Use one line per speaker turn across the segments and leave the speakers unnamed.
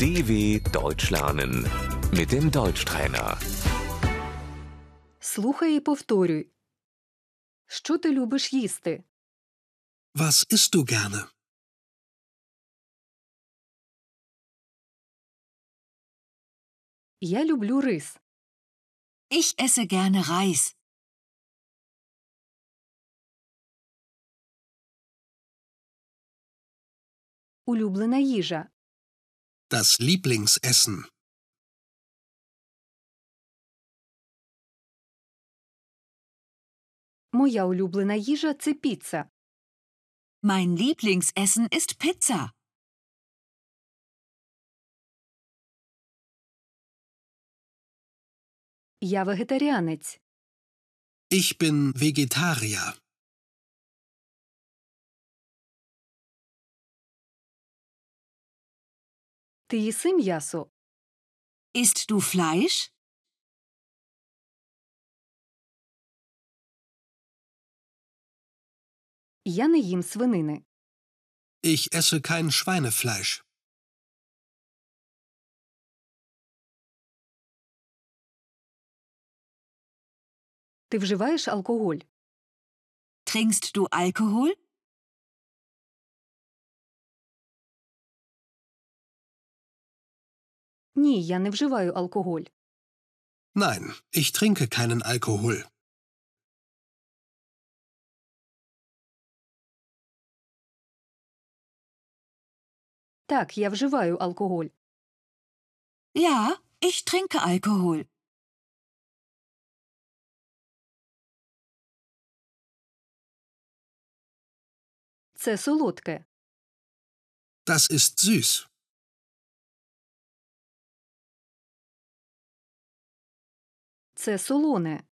DW Deutsch lernen mit dem Deutschtrainer.
Слухай і повторюй. Що ти любиш їсти?
Was isst du gerne?
Я люблю рис.
Ich esse gerne Reis.
Улюблена їжа.
Das Lieblingsessen.
Моя улюблена їжа це піца.
Mein Lieblingsessen ist Pizza.
Я вегетаріанець.
Ich bin Vegetarier.
Ти їси м'ясо?
Isst du Fleisch?
Я не їм свинини.
Ich esse kein Schweinefleisch.
Ти вживаєш алкоголь.
Trinkst du Alkohol?
Ні, я не вживаю алкоголь.
Nein, ich trinke keinen Alkohol.
Так, я вживаю алкоголь.
Ja, ich trinke Alkohol.
Це солодке.
Das ist süß.
Це солоне.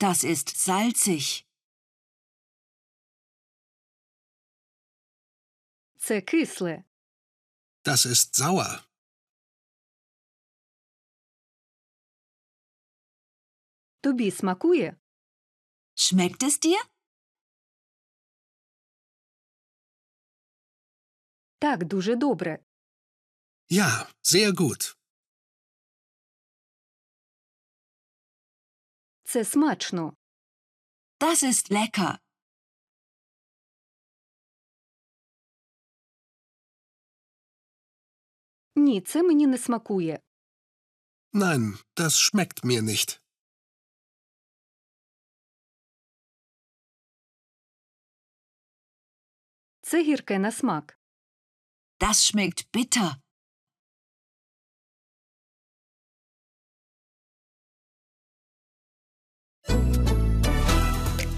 Das ist salzig.
Це кисле.
Das ist sauer.
Тобі смакує?
Schmeckt es dir?
Так, дуже добре.
Ja, sehr gut.
Це смачно.
Das ist lecker.
Ні, це мені не смакує.
Nein, das schmeckt mir nicht.
Це гірке на смак.
Das schmeckt bitter.